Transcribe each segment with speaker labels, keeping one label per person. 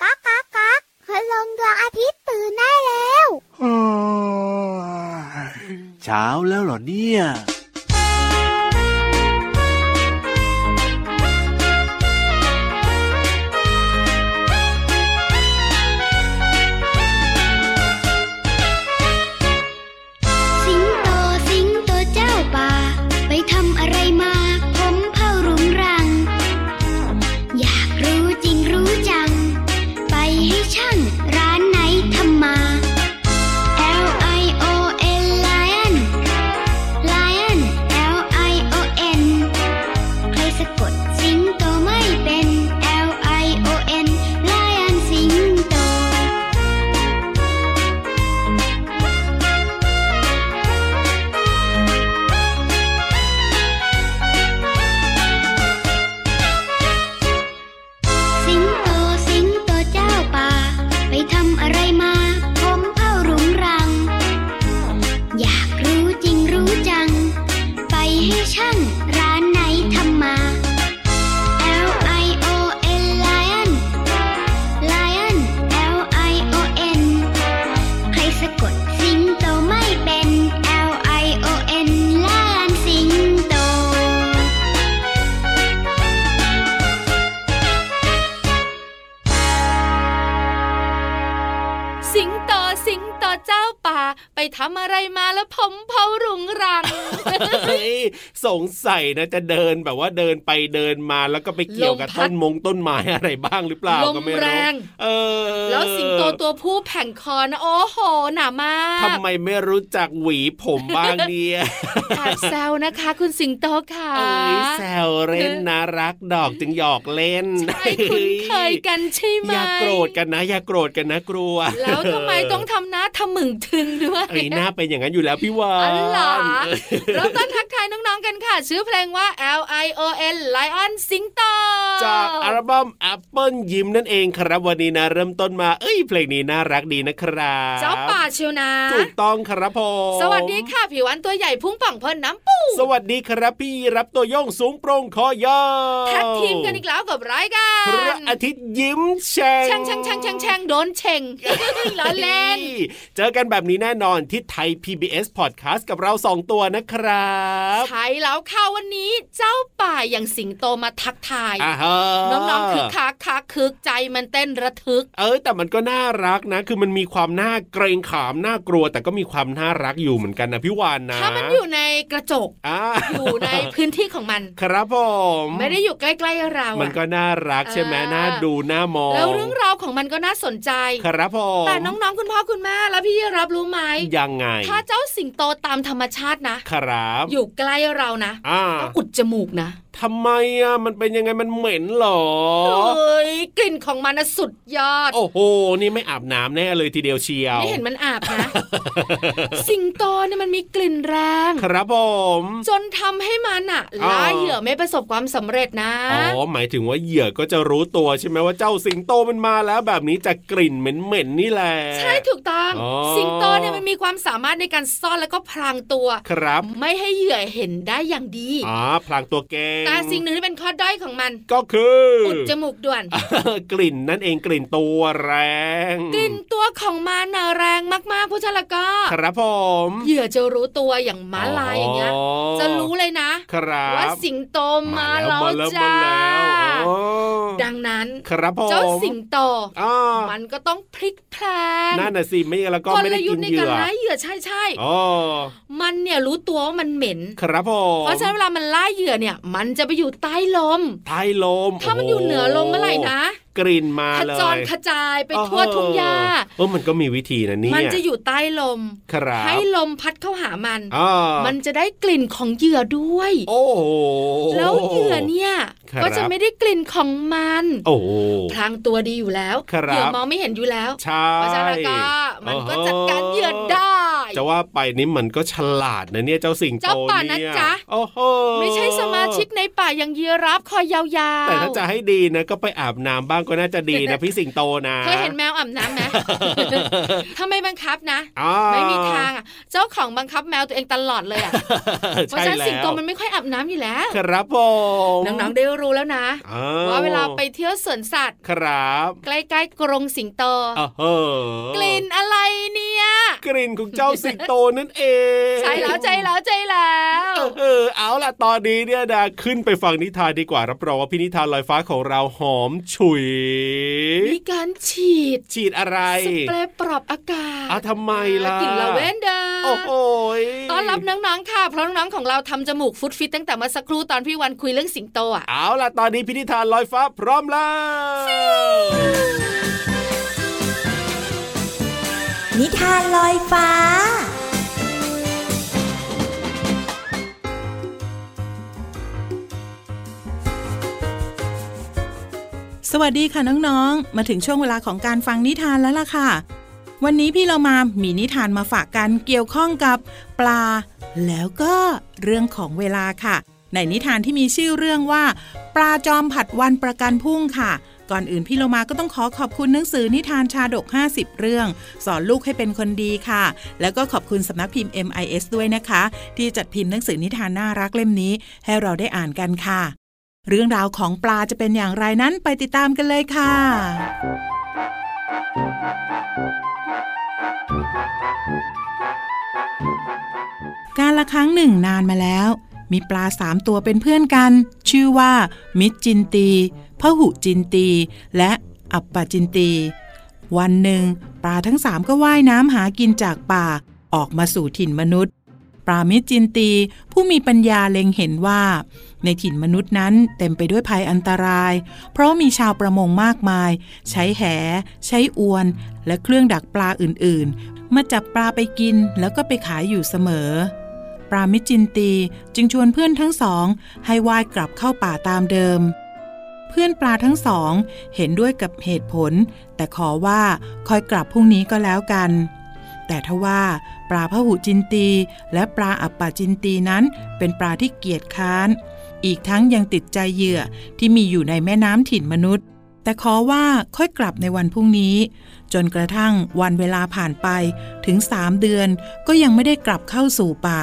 Speaker 1: ก๊ากก๊ากก๊ากคืลงดวงอาทิตย์ตื่นได้แล้ว
Speaker 2: โอ้ยเช้าแล้วเหรอเนี่ย
Speaker 3: สิงโตสิงโตเจ้าป่า ไปทำอะไรมา ผมเผารุงรัง อยากรู้จริงรู้จัง ไปให้ช่างร้านไหนทำมา L I O N Lion Lion L I O N ใครสะกดสิงโตไม่เป็น L I O N Lion สิงโต สิงโตสิงโตเจ้าป่า ไปทำอะไรมา ผมเผารุงรัง อยากรู้จริงรู้จัง ไปให้ช่างร้านไหนทำมา L I O N Lion Lion L I O N ใครสะกดสิงโตไม่เป็น L I O N Lion สิงโต
Speaker 4: สิงโตสิงโตเจ้าป่า ไปทำอะไรมาแล้วผมเผารุงรัง
Speaker 5: เฮ้ยสงสัยนะจะเดินแบบว่าเดินไปเดินมาแล้วก็ไปเกี่ยวกับ
Speaker 4: ลมพั
Speaker 5: ต้
Speaker 4: ด
Speaker 5: นมงต้นไม้อะไรบ้างหรือเปล่า
Speaker 4: ลม
Speaker 5: ก็ไม่
Speaker 4: แร
Speaker 5: รู้
Speaker 4: ง
Speaker 5: เออ
Speaker 4: แล้วสิงโตตัวผู้แผงคอนะโอ้โหหนามาก
Speaker 5: ทำไมไม่รู้จักหวีผมบ้างเนี่ย
Speaker 4: แอบแซวนะคะ คุณสิงโตค่ะ
Speaker 5: เอ้ยแซวเล่นนะรักดอกจึงหยอกเล่น
Speaker 4: ไม่คุ้นเคยกันใช่ไหม
Speaker 5: อย่าโกรธกันนะ อย่าโกรธกันนะกลัว
Speaker 4: แล้วทำไมต้องทำหน้าทำหมึงทึงด้วย
Speaker 5: เอ้ยหน้าเป็นอย่างนั้นอยู่แล้วพี่วา
Speaker 4: อั
Speaker 5: น
Speaker 4: นหลา
Speaker 5: เออ
Speaker 4: แล้วต้นทักทายน้องๆกันค่ะ ชื่อเพลงว่า L I O N Lion สิงโต
Speaker 5: จากอัลบั้ม Apple ยิ้มนั่นเองครับวันนี้นะ เริ่มต้นมาเอ้ยเพลงนี้น่ารักดีนะครับ
Speaker 4: เจ้าป่าเชียวนะ
Speaker 5: ถูกต้องครับผม
Speaker 4: สวัสดีค่ะผิวอันตัวใหญ่พุ่งป่องพ่นน้ำปู
Speaker 5: สวัสดีครับพี่รับตัวโยงสูงโปร่งคอยาว
Speaker 4: แท็กทีมกันอีกแล้วกับรายกา
Speaker 5: พระ
Speaker 4: ร
Speaker 5: อาทิตย์ยิ้มแฉ่ง
Speaker 4: แช่งแช่งแช่งแช่งแช่งโดนเช่ง ล้อเล่น
Speaker 5: เจอกันแบบนี้แน่นอนที่ไทย PBS Podcast กับเราสองตัวนะครับ
Speaker 4: ใช่แล้วค่ะวันนี้เจ้าป่าอย่างสิงโตมาทักทาย
Speaker 5: อ่าฮะ
Speaker 4: น้องๆคึกคักคักคึกใจมันเต้นระทึก
Speaker 5: เออแต่มันก็น่ารักนะ คือมันมีความน่าเกรงขามน่ากลัว แต่ก็มีความน่ารักอยู่เหมือนกันนะพี่วานนะ
Speaker 4: ถ้ามันอยู่ในกระจก
Speaker 5: อ่า
Speaker 4: อยู่ในพื้นที่ของมัน
Speaker 5: ครับผม
Speaker 4: ไม่ได้อยู่ใกล้ๆเรา
Speaker 5: มัน
Speaker 4: อะ
Speaker 5: ก็น่ารักใช่ไหม
Speaker 4: เออ
Speaker 5: น่าดูน่ามอง
Speaker 4: แล้วเรื่องราวของมันก็น่าสนใจ
Speaker 5: ครับผม
Speaker 4: แต่น้องๆคุณพ่อคุณแม่แล้วพี่รับรู้ไหม
Speaker 5: ยังไง
Speaker 4: ถ้าเจ้าสิงโตตามธรรมชาตินะ
Speaker 5: ครับ
Speaker 4: อยู่ใกล้เรานะ
Speaker 5: อ่า
Speaker 4: ต้องอุดจมูกนะ
Speaker 5: ทำไมอ่ะมันเป็นยังไงมันเหม็นเหรอ
Speaker 4: เอ้ยกลิ่นของมันนะสุดยอด
Speaker 5: โอ้โห นี่ไม่อาบน้ำแน่เลยทีเดียวเชียว
Speaker 4: ไม่เห็นมันอาบนะ สิงโตเนี่ยมันมีกลิ่นแรง
Speaker 5: ครับผม
Speaker 4: จนทำให้มันอะ
Speaker 5: อ๋อ
Speaker 4: ล่าเหยื่อไม่ประสบความสำเร็จนะ
Speaker 5: อ๋อหมายถึงว่าเหยื่อก็จะรู้ตัวใช่ไหมว่าเจ้าสิงโตมันมาแล้วแบบนี้จากกลิ่นเหม็นๆนี่แหละ
Speaker 4: ใช่ถูกต้อง
Speaker 5: อ๋อ
Speaker 4: สิงโตเนี่ยมันมีความสามารถในการซ่อนแล้วก็พรางตัว
Speaker 5: ครับ
Speaker 4: ไม่ให้เหยื่อเห็นได้อย่างดี
Speaker 5: อ๋อพลางตัวแกง
Speaker 4: แต่สิ่งหนึ่งที่เป็นข้อด้อยของมัน
Speaker 5: ก็คือ
Speaker 4: อุดจมูกด่วน
Speaker 5: กลิ่นนั่นเองกลิ่นตัวแรง
Speaker 4: กลิ่นตัวของมันน่ะแรงมากๆเพราะฉะนั้นแล้วก็
Speaker 5: ครับผม
Speaker 4: เหยื่อจะรู้ตัวอย่างม้าลายอย่างเงี้ย
Speaker 5: อ๋อ
Speaker 4: จะรู้เลยนะ
Speaker 5: ครับ
Speaker 4: ว่าสิงโตมาแล้วจ้า
Speaker 5: อ๋อ
Speaker 4: ดังนั้น
Speaker 5: ครับผม
Speaker 4: เจ้าสิงโต
Speaker 5: อ่า
Speaker 4: มันก็ต้องพลิกแพลง
Speaker 5: นั่นน่ะสิไม่งั้นแล้วก็
Speaker 4: ก
Speaker 5: ไม่
Speaker 4: ล
Speaker 5: ได้
Speaker 4: ยุท
Speaker 5: กิน
Speaker 4: ธ์ในการ
Speaker 5: เหยื่อ
Speaker 4: ล่าเหยื่อใช่ใช่
Speaker 5: อ๋อ
Speaker 4: มันเนี่ยรู้ตัวว่ามันเหม็น
Speaker 5: ครับผม
Speaker 4: เพราะฉะนั้นเวลามันล่าเหยื่อเนี่ย มันจะไปอยู่ใต้ลม
Speaker 5: ใต้ลม
Speaker 4: ถ้ามันอยู่เหนือลมเมื่อไหร่นะ
Speaker 5: กลิ่นมา
Speaker 4: ข
Speaker 5: เลย
Speaker 4: จรขจายไปทั่วทุ่งหญ้า
Speaker 5: เออมันก็มีวิธีนะเนี่ย
Speaker 4: มันจะอยู่ใต้ลม
Speaker 5: ครับ
Speaker 4: ให้ลมพัดเข้าหามัน
Speaker 5: อ่า
Speaker 4: มันจะได้กลิ่นของเหยื่อด้วย
Speaker 5: โอ้โห
Speaker 4: แล้วเหยื่อเนี่ย
Speaker 5: ครับ
Speaker 4: ก็จะไม่ได้กลิ่นของมัน
Speaker 5: โอ้โห
Speaker 4: พรางตัวดีอยู่แล้ว
Speaker 5: ครับ
Speaker 4: เหยื่อมองไม่เห็นอยู่แล้ว
Speaker 5: ใช่
Speaker 4: เพราะฉะนั้นแล้วก็มันก็จัดการเหยื่อได้
Speaker 5: จะว่าไปนี่มันก็ฉลาดนะเนี่ยเจ้าสิงโต
Speaker 4: เจ้าป่านะ
Speaker 5: เนี่ย
Speaker 4: จ๊ะ
Speaker 5: โอ้โห
Speaker 4: ไม่ใช่สมาชิกในป่าอย่างยีราฟคอยยาวๆ
Speaker 5: แต่ถ้าจะให้ดีนะ ก็ไปอาบน้ำบ้างก็น่าจะดีนะพี่สิงโตนะ
Speaker 4: เคยเห็นแมวอาบ น้ำไหม ถ้าไม่บังคับนะ
Speaker 5: อ่า
Speaker 4: ไม่มีทางอ่ะ เจ้าของบังคับแมวตัวเองตลอดเลยอ่ะ เพราะฉะ
Speaker 5: ใช่
Speaker 4: นั้น
Speaker 5: แล้ว
Speaker 4: สิงโตมันไม่ค่อยอาบน้ำอยู่แล้ว
Speaker 5: ครับผม
Speaker 4: น้องๆได้รู้แล้วนะ
Speaker 5: อ้
Speaker 4: ว่าเวลาไปเที่ยวสวนสัตว์
Speaker 5: ครับ
Speaker 4: ใกล้ๆกรงสิงโต
Speaker 5: โอ้โห
Speaker 4: กลิ่นอะไรเนี่ย
Speaker 5: กลิ่นของเจ้าสิงโตนั่นเอง
Speaker 4: ใช่แล้วใจแล้วใจแล้ว
Speaker 5: เออเอาล่ะตอนนี้เนี่ยนะขึ้นไปฟังนิทานดีกว่ารับรองว่าพี่นิทานลอยฟ้าของเราหอมฉุย
Speaker 4: มีการฉีด
Speaker 5: ฉีดอะไร
Speaker 4: สเปรย์ปรับอากาศ
Speaker 5: อ่ะทำไมล่ะ
Speaker 4: กลิ่นลาเวนเดอร์
Speaker 5: โอ้โหย
Speaker 4: ต้อนรับน้องๆค่ะ เพราะน้องๆของเราทำจมูกฟุตฟิตตั้งแต่เมื่อสักครู่ตอนพี่วันคุยเรื่องสิงโตอ่ะ
Speaker 5: เอาล่ะ ตอนนี้พินิธานลอยฟ้าพร้อมแล้ว
Speaker 6: นิทานลอยฟ้า
Speaker 7: สวัสดีค่ะน้องๆ มาถึงช่วงเวลาของการฟังนิทานแล้วล่ะค่ะ วันนี้พี่เรามามีนิทานมาฝากกันเกี่ยวข้องกับปลา แล้วก็เรื่องของเวลาค่ะ ในนิทานที่มีชื่อเรื่องว่า ปลาจอมผัดวันประกันพรุ่งค่ะ ก่อนอื่นพี่เรามาก็ต้องขอขอบคุณหนังสือนิทานชาดก 50 เรื่อง สอนลูกให้เป็นคนดีค่ะ แล้วก็ขอบคุณสำนักพิมพ์ MIS ด้วยนะคะ ที่จัดพิมพ์หนังสือนิทานน่ารักเล่มนี้ ให้เราได้อ่านกันค่ะ เรื่องราวของปลาจะเป็นอย่างไรนั้นไปติดตามกันเลยค่ะ การละครั้งหนึ่งนานมาแล้ว มีปลาสามตัวเป็นเพื่อนกัน ชื่อว่า มิจจินตีพหุจินตี และอัปปจินตี วันหนึ่ง ปลาทั้งสามก็ว่ายน้ำหากินจากป่า ออกมาสู่ถิ่นมนุษย์ ปรามิตรจินตี ผู้มีปัญญาเล็งเห็นว่า ในถิ่นมนุษย์นั้นเต็มไปด้วยภัยอันตราย เพราะมีชาวประมงมากมาย ใช้แห ใช้อวน และเครื่องดักปลาอื่นๆ มาจับปลาไปกินแล้วก็ไปขายอยู่เสมอ ปรามิตรจินตีจึงชวนเพื่อนทั้งสอง ให้ว่ายกลับเข้าป่าตามเดิม เพื่อนปลาทั้งสอง เห็นด้วยกับเหตุผล แต่ขอว่าคอยกลับพรุ่งนี้ก็แล้วกัน แต่ทว่าปลาพหุจินตีและปลาอัปปาจินตีนั้นเป็นปลาที่เกียจคร้าน อีกทั้งยังติดใจเหยื่อที่มีอยู่ในแม่น้ำถิ่นมนุษย์ แต่ขอว่าค่อยกลับในวันพรุ่งนี้ จนกระทั่งวันเวลาผ่านไปถึง 3 เดือนก็ยังไม่ได้กลับเข้าสู่ป่า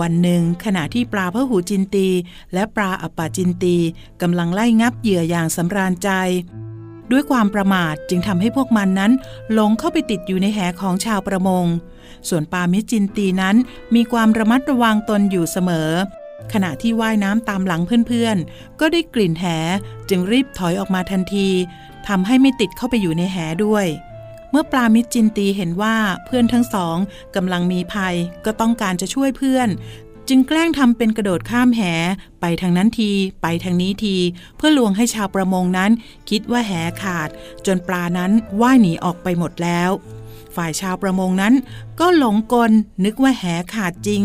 Speaker 7: วันหนึ่งขณะที่ปลาพหูจินตี และปลาอัปปาจินตีกำลังไล่งับเหยื่ออย่างสำราญใจ ด้วยความประมาทจึงทำให้พวกมันนั้นหลงเข้าไปติดอยู่ในแหของชาวประมง ส่วนปลามิจินตีนั้นมีความระมัดระวังตนอยู่เสมอ ขณะที่ว่ายน้ำตามหลังเพื่อนๆ ก็ได้กลิ่นแหจึงรีบถอยออกมาทันทีทำให้ไม่ติดเข้าไปอยู่ในแหด้วย เมื่อปลามิตรจินตีเห็นว่าเพื่อนทั้งสองกำลังมีภัยก็ต้องการจะช่วยเพื่อน จึงแกล้งทำเป็นกระโดดข้ามแห ไปทางนั้นที ไปทางนี้ที เพื่อลวงให้ชาวประมงนั้น คิดว่าแหขาด จนปลานั้นว่ายหนีออกไปหมดแล้ว ฝ่ายชาวประมงนั้น ก็หลงกลนึกว่าแหขาดจริง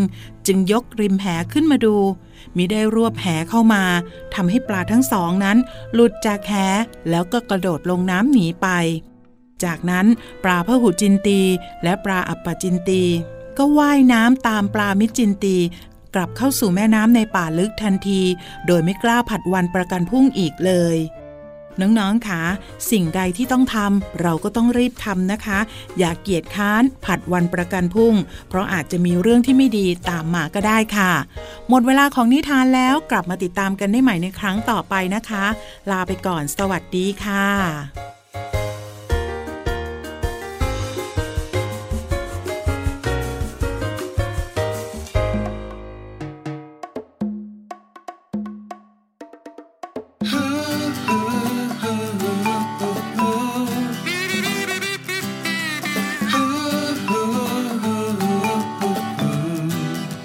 Speaker 7: จึงยกริมแหขึ้นมาดูมิได้รวบแหเข้ามาทำให้ปลาทั้งสองนั้น หลุดจากแหแล้วก็กระโดดลงน้ำหนีไป จากนั้นปลาพหุจินตีและปลาอัปปจินตี ก็ว่ายน้ำตามปลามิจินตี กลับเข้าสู่แม่น้ำในป่าลึกทันที โดยไม่กล้าผัดวันประกันพรุ่งอีกเลย น้องๆคะสิ่งใดที่ต้องทำเราก็ต้องรีบทำนะคะ อย่าเกียจค้านผัดวันประกันพรุ่ง เพราะอาจจะมีเรื่องที่ไม่ดีตามมาก็ได้ค่ะ หมดเวลาของนิทานแล้วกลับมาติดตามกันได้ใหม่ในครั้งต่อไปนะคะ ลาไปก่อนสวัสดีค่ะ
Speaker 3: เ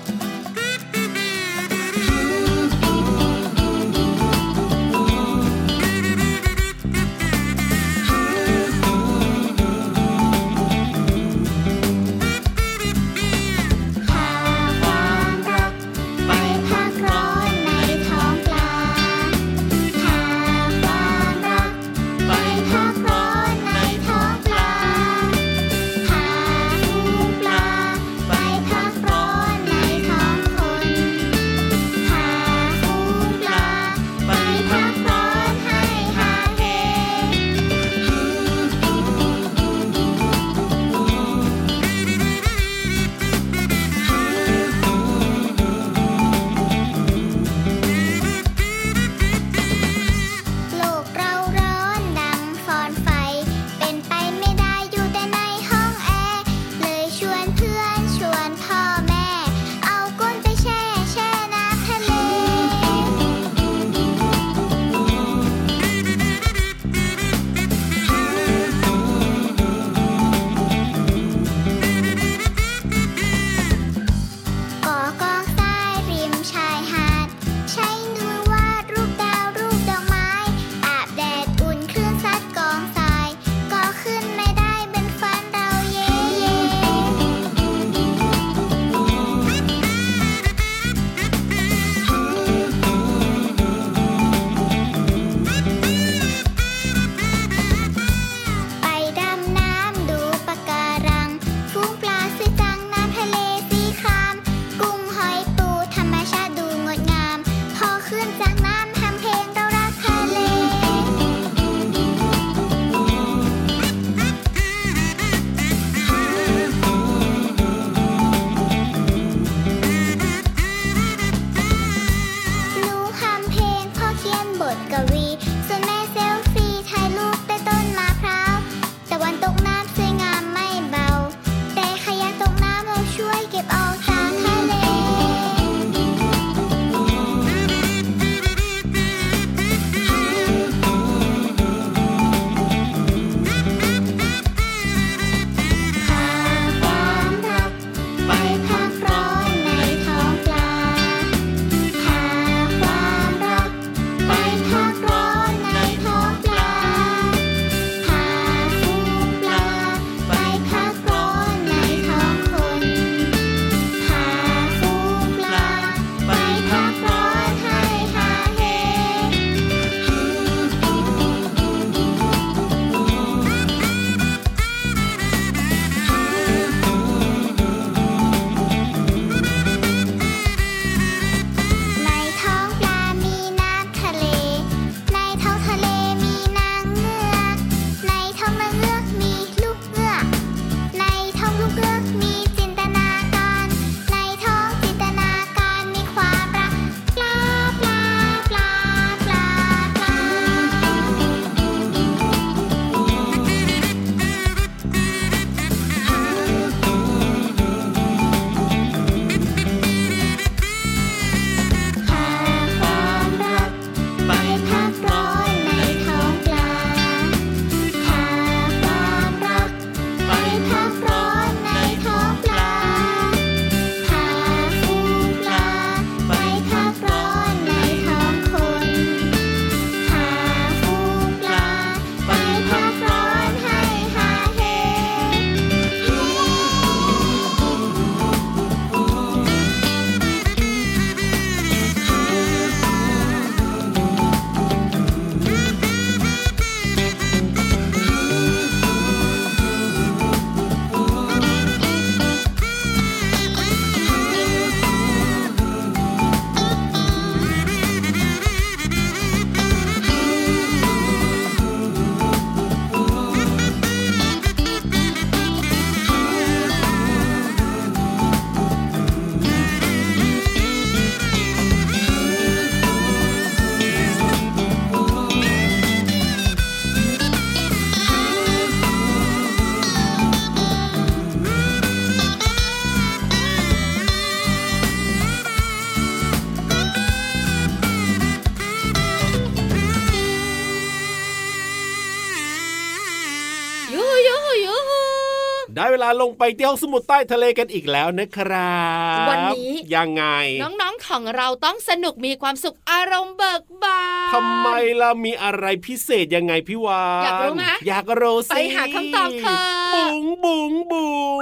Speaker 5: ได้เวลาลงไปเที่ยวสมุทรใต้ทะเลกันอีกแล้วนะครับ
Speaker 4: วันนี้
Speaker 5: ยังไง
Speaker 4: น้องๆของเราต้องสนุกมีความสุขอารมณ์เบิกบาน
Speaker 5: ทำไมล่ะมีอะไรพิเศษยังไงพี่วาน
Speaker 4: อยากรู้ไหม
Speaker 5: อยากรู้สิ
Speaker 4: ไปหาคำตอบค่ะ
Speaker 5: บุ๋งบุ๋งบุ๋ง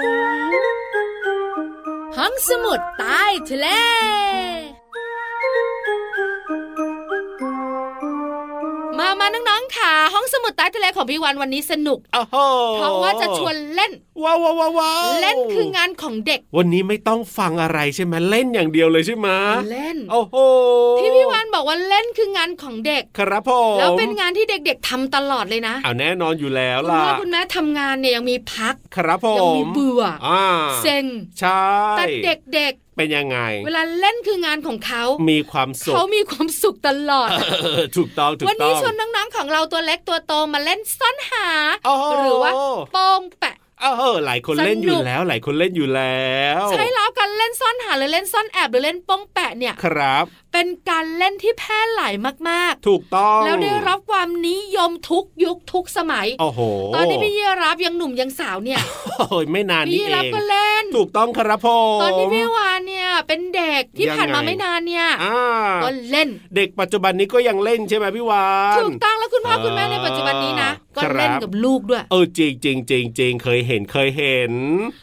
Speaker 4: ห้องสมุดใต้ทะเล มามาน้องๆค่ะ ห้องสมุดใต้ทะเลของพี่วันวันนี้สนุก
Speaker 5: อ้าวโห
Speaker 4: เพราะว่าจะชวนเล่น
Speaker 5: ว้าวว้าวว้าว
Speaker 4: เล่นคืองานของเด็ก
Speaker 5: วันนี้ไม่ต้องฟังอะไรใช่ไหมเล่นอย่างเดียวเลยใช่ไหม
Speaker 4: เล่น
Speaker 5: โอ้โห
Speaker 4: ที่พี่วันบอกว่าเล่นคืองานของเด็ก
Speaker 5: ครับผม
Speaker 4: แล้วเป็นงานที่เด็กๆทำตลอดเลยนะ
Speaker 5: เอาแน่นอนอยู่แล้ว
Speaker 4: คุณ
Speaker 5: ล่ะ
Speaker 4: พ่อคุณแม่ทำงานเนี่ยยังมีพัก
Speaker 5: ครับผ
Speaker 4: ยัง
Speaker 5: ม
Speaker 4: มีเบื่ออ
Speaker 5: อ่า
Speaker 4: เซ็ง
Speaker 5: ใช่
Speaker 4: แต่เด็ก
Speaker 5: เป็นยังไง
Speaker 4: ๆ เวลาเล่นคืองานของเขา
Speaker 5: มีความสุข
Speaker 4: เขามีความสุขตลอด
Speaker 5: เออถูกต้องถูก
Speaker 4: วัน
Speaker 5: ต้
Speaker 4: นี้
Speaker 5: อง
Speaker 4: ชวนน้องๆของเราตัวเล็กตัวโตมาเล่นซ่อนหา
Speaker 5: โอ้โห
Speaker 4: หรือว่าโป้งแปะ
Speaker 5: เออหลายคน
Speaker 4: สนุก
Speaker 5: เล่นอยู่แล้ว หลายคนเล่นอยู่แล้ว
Speaker 4: ใช่แล้วการเล่นซ่อนหาหรือเล่นซ่อนแอบหรือเล่นโป้งแปะเนี่ย
Speaker 5: ครับ
Speaker 4: เป็นการเล่นที่แพร่หลายมาก
Speaker 5: ถูกต้อง
Speaker 4: ๆ แล้วได้รับความนิยมทุกยุคทุกสมัย
Speaker 5: โอ้โห
Speaker 4: ตอนนี้พี่ยีรับยังหนุ่มยังสาวเนี่ย
Speaker 5: โอ้ยไม่นาน
Speaker 4: พี่
Speaker 5: นี่
Speaker 4: ยี
Speaker 5: เอ
Speaker 4: รับ
Speaker 5: ง
Speaker 4: ก็เล่น
Speaker 5: ถูกต้องครับผม
Speaker 4: ตอนที่พี่วานเนี่ยเป็นเด็กที่
Speaker 5: ยังไง
Speaker 4: ผ่านมาไม่นานเนี่ย
Speaker 5: อ่า
Speaker 4: ก็เล่น
Speaker 5: เด็กปัจจุบันนี้ก็ยังเล่นใช่ไหมพี่วาน
Speaker 4: ถูกต้องแล้วคุณพ่อคุณแม่ในปัจจุบันนี้นะ
Speaker 5: อ่า
Speaker 4: ก็เล่น
Speaker 5: ครับ
Speaker 4: กับลูกด้วย
Speaker 5: เออจริงจริงจริงจริงเคยเห็นเคยเห็น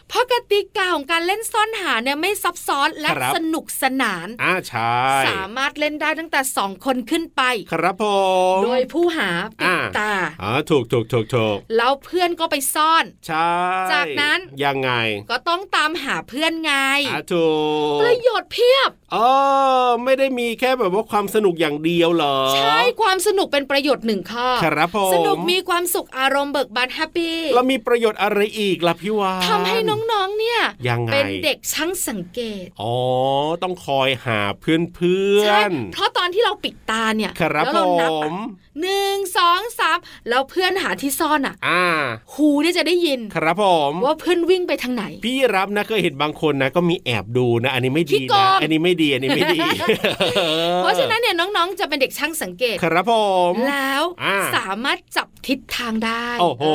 Speaker 4: เพราะกติกาของการเล่นซ่อนหาเนี่ยไม่ซับซ้อนและ
Speaker 5: ครับ
Speaker 4: สนุกสนาน
Speaker 5: อ่าใช่
Speaker 4: สามารถเล่นได้ตั้งแต่ 2 คนขึ้นไป
Speaker 5: ครับผม
Speaker 4: โดยผู้หาปิด
Speaker 5: อ่า
Speaker 4: ตา
Speaker 5: อ่าถูกถูกถูกถูก
Speaker 4: แล้วเพื่อนก็ไปซ่อน
Speaker 5: ใช่
Speaker 4: จากนั้น
Speaker 5: ยังไง
Speaker 4: ก็ต้องตามหาเพื่อนไง
Speaker 5: อาถูก
Speaker 4: ประโยชน์เพียบ
Speaker 5: เออไม่ได้มีแค่แบบว่าความสนุกอย่างเดียวเหรอ
Speaker 4: ใช่ความสนุกเป็นประโยชน์หนึ่งข้อ
Speaker 5: ครับผม
Speaker 4: สนุกมีความสุขอารมณ์เบิกบานแฮปปี้
Speaker 5: แล้วมีประโยชน์อะไรอีกล่ะพี่วาน
Speaker 4: ทำให้น้องๆเนี่ย
Speaker 5: ยังไง
Speaker 4: เป็นเด็กช่างสังเกต
Speaker 5: อ๋อต้องคอยหาเพื่อนเพื่อ
Speaker 4: ใช่
Speaker 5: น
Speaker 4: เพราะตอนที่เราปิดตาเนี่ย
Speaker 5: ครับ
Speaker 4: แล้ว
Speaker 5: ผ
Speaker 4: เรานับ
Speaker 5: ม
Speaker 4: อะหนึ่งสองสามแล้วเพื่อนหาที่ซ่อนอ่ะ
Speaker 5: อ่า
Speaker 4: หูเนี่ยจะได้ยิน
Speaker 5: ครับผม
Speaker 4: ว่าเพื่อนวิ่งไปทางไหน
Speaker 5: พี่รับนะเคยเห็นบางคนนะก็มีแอบดูนะ อันนี้ไม่ดี
Speaker 4: ขี้โก
Speaker 5: นะ
Speaker 4: ง
Speaker 5: อันนี้ไม่ดีอันนี้ไม่ดี
Speaker 4: เพราะฉะนั้นเนี่ยน้องๆ จะเป็นเด็กช่างสังเกต
Speaker 5: ครับผม
Speaker 4: แล้ว
Speaker 5: อ่า
Speaker 4: สามารถจับทิศทางได้
Speaker 5: โอ้โห
Speaker 4: เอ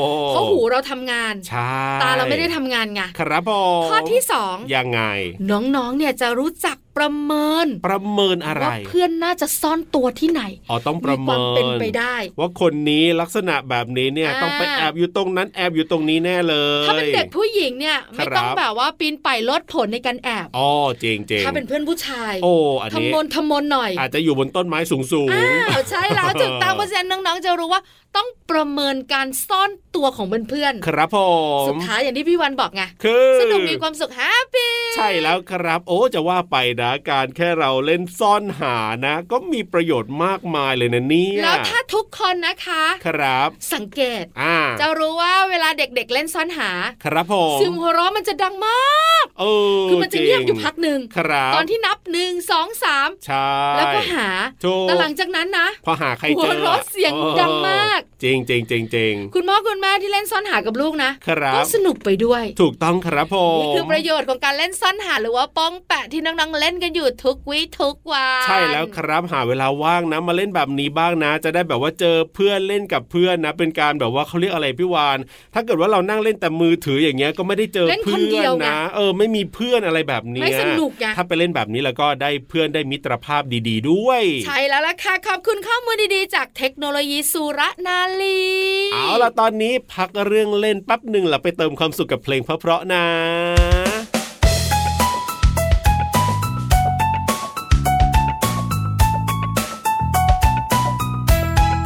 Speaker 4: อเพราะหูเราทำงาน
Speaker 5: ใช่
Speaker 4: ตาเราไม่ได้ทำงานไง
Speaker 5: ครับผม
Speaker 4: ข้อที่สอง
Speaker 5: ยังไง
Speaker 4: น้องๆ เนี่ยจะรู้จักประเมิน
Speaker 5: ประเมินอะไร
Speaker 4: ว่าเพื่อนน่าจะซ่อนตัวที่ไหน
Speaker 5: อ๋อต้องประ
Speaker 4: ควา
Speaker 5: เมิ
Speaker 4: ม
Speaker 5: น
Speaker 4: เป็นไปได้
Speaker 5: ว่าคนนี้ลักษณะแบบนี้เนี่ย
Speaker 4: อ่า
Speaker 5: ต้องไปแอบอยู่ตรงนั้นแอบอยู่ตรงนี้แน่เลย
Speaker 4: ถ้าเป็นเด็กผู้หญิงเนี่ยไม่ต้อง
Speaker 5: ครับ
Speaker 4: แบบว่าปีนป่ายลดผลในการแอบ
Speaker 5: อ๋อเจงเจง
Speaker 4: ถ้าเป็นเพื่อนผู้ชาย
Speaker 5: โอ้อัน
Speaker 4: ข
Speaker 5: นี้
Speaker 4: มนขมนหน่อย
Speaker 5: อาจจะอยู่บนต้นไม้สูงสูง
Speaker 4: อ้าวใช่แล้วจุดตามเปอร์เซ็นต์น้องๆ จะรู้ว่าต้องประเมินการซ่อนตัวของเพื่อนๆ
Speaker 5: ครับผม
Speaker 4: สุดท้ายอย่างที่พี่วันบอกไง
Speaker 5: คือ
Speaker 4: สนุกมีความสุขแฮปปี้
Speaker 5: ใช่แล้วครับ โอ้จะว่าไปนะการแค่เราเล่นซ่อนหานะ ก็มีประโยชน์มากมายเลยนะเนี่ย
Speaker 4: แล้วถ้าทุกคนนะคะ
Speaker 5: ครับ
Speaker 4: สังเกต
Speaker 5: อ่า
Speaker 4: จะรู้ว่าเวลาเด็กๆ เล่นซ่อนหา
Speaker 5: ครับผม
Speaker 4: เสียงหัวเราะมันจะดังมาก
Speaker 5: เออ
Speaker 4: คือมันจะเงียบอยู่พัก
Speaker 5: จริ
Speaker 4: หนึ่ง
Speaker 5: งครับ
Speaker 4: ตอนที่นับหนึ่งสองสาม
Speaker 5: ใช่
Speaker 4: แล้วก็หา
Speaker 5: ถูก
Speaker 4: แต่หลังจากนั้นนะ
Speaker 5: พอหาใครเจ
Speaker 4: หั
Speaker 5: อ
Speaker 4: วเราะเสียงดังมาก
Speaker 5: เออจริงจริงจริงจริง
Speaker 4: คุณพ่อคุณแม่ที่เล่นซ่อนหากับลูกนะ
Speaker 5: ครั
Speaker 4: ก็
Speaker 5: บ
Speaker 4: สนุกไปด้วย
Speaker 5: ถูกต้องครับผม
Speaker 4: นี่คือประโยชน์ของการเล่นซ่อนหาหรือว่าป้องแปะที่น้องๆเล่นกันอยู่ทุกวิทุกวัน
Speaker 5: ใช่แล้วครับหาเวลาว่างนะมาเล่นแบบนี้บ้างนะ จะได้แบบว่าเจอเพื่อนเล่นกับเพื่อนนะ เป็นการแบบว่าเขาเรียกอะไรพี่วาน ถ้าเกิดว่าเรานั่งเล่นแต่มือถืออย่างเงี้ยก็ไม่ได้เจอ
Speaker 4: เล่นค
Speaker 5: เพื่
Speaker 4: นเดี
Speaker 5: อน
Speaker 4: ยวไง
Speaker 5: นะ เออไม่มีเพื่อนอะไรแบบเนี้ย
Speaker 4: ไม่สนุกไง
Speaker 5: ถ้าไปเล่นแบบนี้แล้วก็ได้เพื่อนได้มิตรภาพดี ๆ ด้วย
Speaker 4: ใช่แล้วล่ะค่ะ ขอบคุณข้อมูลดีๆ จากเทคโนโลยีสุรนารี
Speaker 5: เอาล่ะตอนนี้พักเรื่องเล่นแป๊บหนึ่งแล้วไปเติมความสุขกับเพลงเพราะๆนะ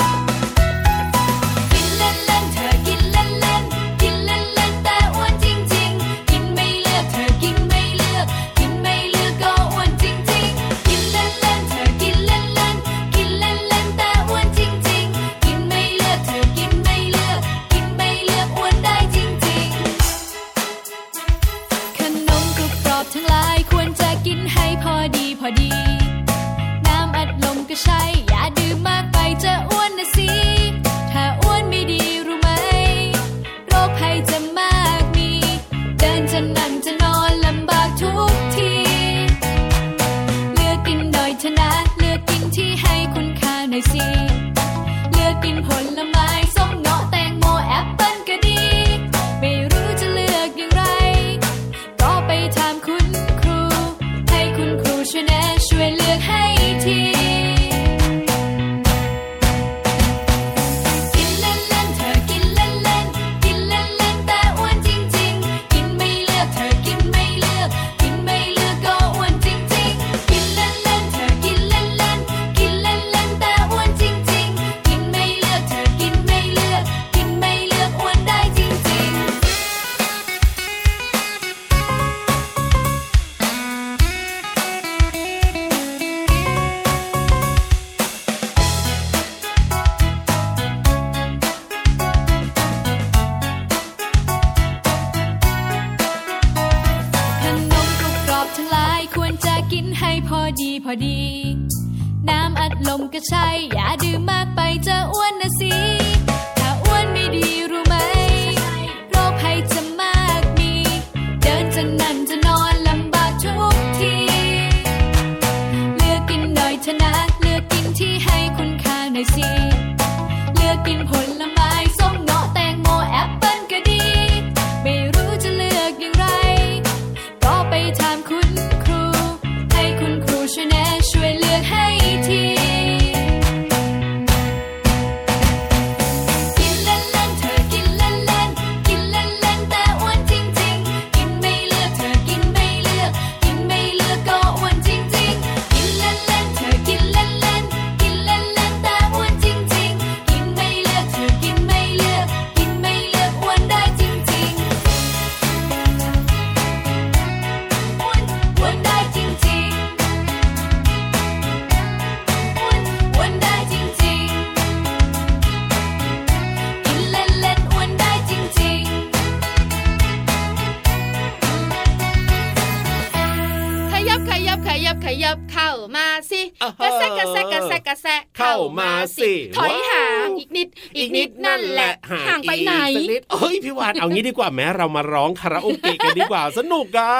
Speaker 8: กินเล่นเล่นเธอกินเล่นเล่นกินเล่นเล่นแต่อ้วนจริงจริงกินไม่เลือกเธอกินไม่เลือกกินไม่เลือกก็อ้วนจริงจริงกินเล่นเล่นเธอกินเล่นเล่นกินเล่นเล่นแต่อ้วนจริงจริงกินไม่เลือกเธอกินไม่เลือกกินไม่เลือกอ้วนได้จริงจริง ขนมกรุบกรอบทั้งหลายควรจะกินให้พอดีพอดี น้ำอัดลมก็ใช่ อย่าดื่มมากไปจะอ้วนนะสิ ถ้าอ้วนไม่ดีรู้ไหม โรคภัยจะมากมี เดินจะนั่งจะนอนลำบากทุกที เลือกกินหน่อยเถอะนะ เลือกกินที่ให้คุณค่าหน่อยสิ เลือกกินผลไม้ส้มเงาะแตงโมแอปเปิ้ลก็ดี ไม่รู้จะ ดี น้ำอัดลมก็ใช่ อย่าดื่มมากไปจะอ้วนนะสิ ถ้าอ้วนไม่ดีรู้ไหม โรคภัยจะมากมี เดินจะนั่นจะนอนลำบากทุกที เลือกกินหน่อยเถอะนะ เลือกกินที่ให้คุณค่าหน่อยสิ เลือกกินผลไม้ส้มเงาะแตงโมแอปเปิ้ลก็ดี ไม่รู้จะเลือกอย่างไร ก็ไปถามคุณครู ให้คุณครูช่วยแนะช่วยเลือกให้ที กินเล่นๆเธอกินเล่นๆกินเล่นๆแต่อ้วนจริงๆ กินไม่เลือกเธอกินไม่เลือก กินไม่เลือกก็อ้วนจริงๆ กินเล่นๆเธอกินเล่นๆกินเล่นๆแต่อ้วนจริงๆ กินไม่เลือกเธอกินไม่เลือก กินไม่เลือกอ้วนได้จริงๆ อ้วนอ้วนได้จริงๆอ้วนอ้วนได้จริงๆ กินเล่นเล่นอ้วนได้จริงๆ
Speaker 4: ขยับขยับขยับขยับเข้ามาสิ
Speaker 5: อ่าฮะ
Speaker 4: กระแซะกระแซะกระแซะกระแซะ
Speaker 5: เข้ามาสิ
Speaker 4: ถอย
Speaker 5: ว้าว
Speaker 4: ห่างอีกนิด อีกนิดนั่นแหละห่างไปไหน
Speaker 5: สักดเอ้ยพี่วานเอางี้ดีกว่าแม้เรามาร้องคาราโอเกะกันดีกว่าสนุกอ่ะ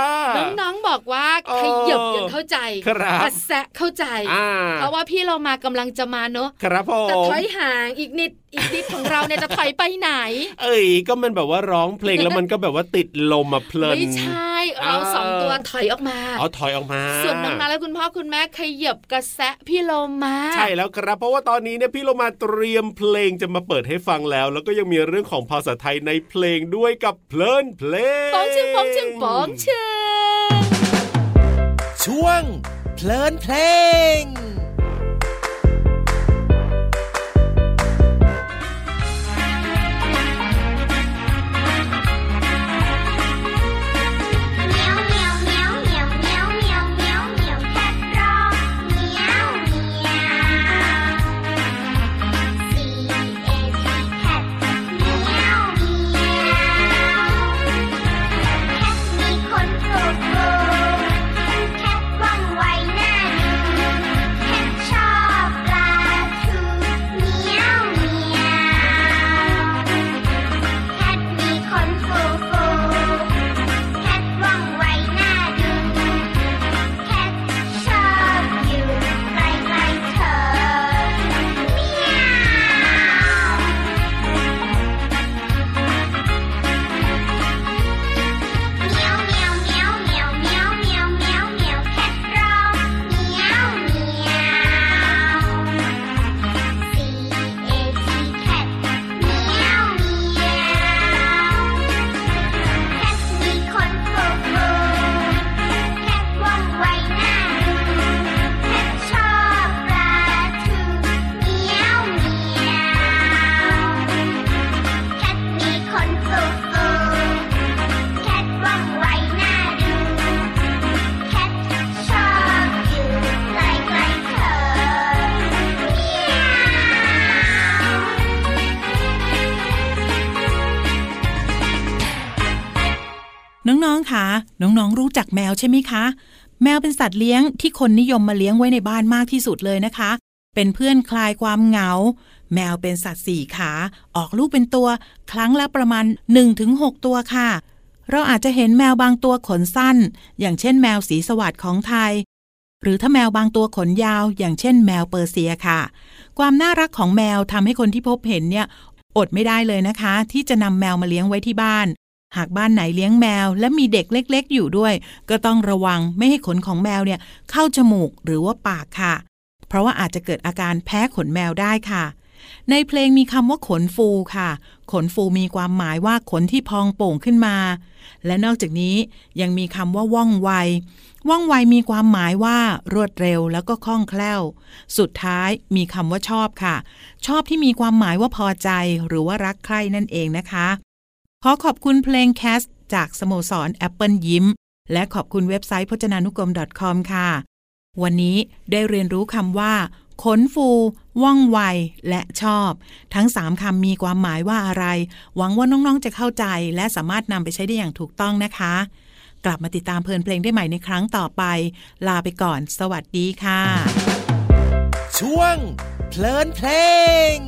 Speaker 4: น้องๆบอกว่า
Speaker 5: เออ
Speaker 4: ขยับยังเข้าใจ
Speaker 5: ครับ
Speaker 4: กระแซะเข้าใจ
Speaker 5: อ่า
Speaker 4: เพราะว่าพี่เรามากำลังจะมาเนอะ
Speaker 5: ครับผม
Speaker 4: แต่ถอยห่างอีกนิดอีกนิดของเราเนี่ยจะถอยไปไหน
Speaker 5: เอ้ยก็มันแบบว่าร้องเพลงแล้วมันก็แบบว่าติดลมอะเพลิน
Speaker 4: ไม่ใช่เรา
Speaker 5: เออ
Speaker 4: สองตัวถอยออกมา
Speaker 5: เอาถอยออกมา
Speaker 4: ส่วนน้องๆและคุณพ่อคุณแม่ขยับกระแซะพี่เรามา
Speaker 5: ใช่แล้วครับ เพราะว่าตอนนี้เนี่ยพี่โลมาเตรียมเพลงจะมาเปิดให้ฟังแล้ว แล้วก็ยังมีเรื่องของภาษาไทยในเพลงด้วยกับเพลินเพลง
Speaker 4: ป๋องเชิงป๋องเชิงป๋องเชิง
Speaker 9: ช่วงเพลินเพลง
Speaker 1: คนฟูฟูแคทว่องไวหน้าดู แคทชอบอยู่ใกล้ๆเธอเมียว เมียวเมียวเมียวเมียวเมียวเมียวเมียวเมียวแคทร้องเมียวเมียวซีเอทีแคทเมียวเมียวแคทมีคนโผล่แคทว่องไวหน้าดูแคทชอบปลาทูเมียวเมียวแคทมีคนโผล่ แคทว่องไวน่าดู แคทชอบอยู่ใกล้ๆเธอเมียว
Speaker 7: น้องๆคะน้องๆ รู้จักแมวใช่ไหมคะ แมวเป็นสัตว์เลี้ยงที่คนนิยมมาเลี้ยงไว้ในบ้านมากที่สุดเลยนะคะ เป็นเพื่อนคลายความเหงา แมวเป็นสัตว์สี่ขา ออกลูกเป็นตัว ครั้งละประมาณ 1-6 ตัวค่ะ เราอาจจะเห็นแมวบางตัวขนสั้น อย่างเช่นแมวสีสวัสดของไทย หรือถ้าแมวบางตัวขนยาว อย่างเช่นแมวเปอร์เซียค่ะ ความน่ารักของแมวทำให้คนที่พบเห็นเนี่ย อดไม่ได้เลยนะคะ ที่จะนำแมวมาเลี้ยงไว้ที่บ้าน หากบ้านไหนเลี้ยงแมวและมีเด็กเล็ก ๆ อยู่ด้วย ก็ต้องระวังไม่ให้ขนของแมวเนี่ยเข้าจมูกหรือว่าปากค่ะ เพราะว่าอาจจะเกิดอาการแพ้ขนแมวได้ค่ะ ในเพลงมีคำว่าขนฟูค่ะ ขนฟูมีความหมายว่าขนที่พองโป่งขึ้นมา และนอกจากนี้ยังมีคำว่าว่องไว ว่องไวมีความหมายว่ารวดเร็วแล้วก็คล่องแคล่ว สุดท้ายมีคำว่าชอบค่ะ ชอบที่มีความหมายว่าพอใจ หรือว่ารักใคร่นั่นเองนะคะ ขอขอบคุณเพลงแคสจากสโมสรแอปเปิลยิ้ม และขอบคุณเว็บไซต์พจนานุกรม .com ค่ะ วันนี้ได้เรียนรู้คำว่า ขนฟู ว่องไว และชอบ ทั้ง 3คำมีความหมายว่าอะไร หวังว่าน้อง ๆ จะเข้าใจ และสามารถนำไปใช้ได้อย่างถูกต้องนะคะ กลับมาติดตามเพลินเพลงได้ใหม่ในครั้งต่อไป ลาไปก่อน สวัสดีค่ะ
Speaker 10: ช่วง เพลินเพลง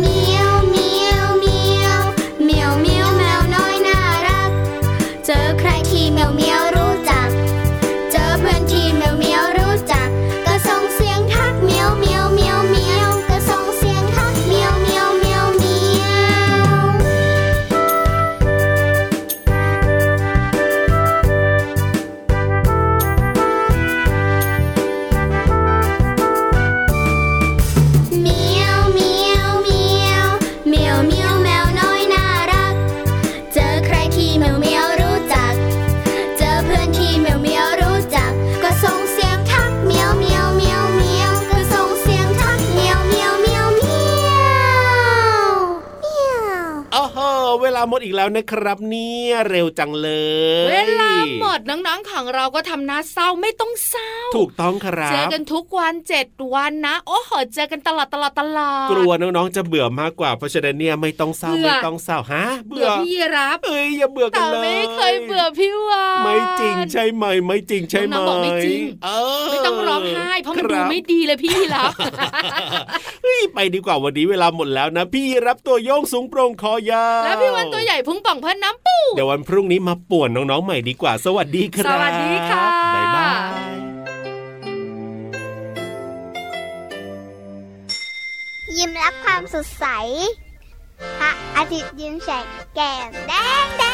Speaker 11: เมียวเมียวเมียวเมียวเมียวแมวน้อยน่ารัก เจอใครที่เมียวเมียวรู้จัก เจอเพื่อนที่เมียวเมียวรู้จัก ก็ส่งเสียงทักเมียวเมียวเมียวเมียวก็ส่งเสียงทักเมียวเมียวเมียวเมียวเมียวเมียวเมียวเมียวเมียวแมวน้อยน่ารัก เจอใครที่เมียวเมียวรู้จัก เจอเพื่อนที่เมียวเมียวรู้จัก ก็ส่งเสียงทักเมียวเมียวเมียวเมียวก็ส่งเสียงทักเมียวเมียวเมียวเมียวเมียว
Speaker 5: โอ้โหเวลาหมดอีกแล้วนะครับ เนี่ยเร็วจังเลย
Speaker 4: เวลาหมดน้องๆของเราก็ทำหน้าเศร้าไม่ต้องเศร้า
Speaker 5: ถูกต้องครั
Speaker 4: เจอบ กันทุกวันเจ็ดวันนะ โอ้โหเจอกันตลอดตลอดตลอด
Speaker 5: กลัวน้องๆจะเบื่อมากกว่าเพราะฉะนั้นเนี่ยไม่ต้องเศร้า
Speaker 4: เบื่อ
Speaker 5: ไม่ต้องเศร้าฮะ
Speaker 4: เบื่อพี่รับ
Speaker 5: เอ้ยอย่าเบื่อกั
Speaker 4: แต่
Speaker 5: นเลย
Speaker 4: ไม่เคยเบื่อพี่วาน
Speaker 5: ไม่จริงใช่ไหมไม่จริงใช่ไหม
Speaker 4: น้องๆบอกไม่จริง
Speaker 5: เอ
Speaker 4: ไม่ต้องร้องไห้เพราะมัน
Speaker 5: ค
Speaker 4: ดู
Speaker 5: บ
Speaker 4: ไม่ดีเลยพี่รับ
Speaker 5: เฮ้ยไปดีกว่าวันนี้เวลาหมดแล้วนะ พี่รับตัวโยงสูงโปร่งคอยาว
Speaker 4: แล้วพี่วันตัวใหญ่พุงป่องพอน้ำปู
Speaker 5: เดี๋ยววันพรุ่งนี้มาป่วนน้องๆใหม่ดีกว่า สวัสดีครับ
Speaker 4: สวัสดีค่ะ
Speaker 5: บ๊ายบาย
Speaker 11: ยิ้มรับความสดใส พระอาทิตย์ยิ้มแฉกแก้มแดงแดง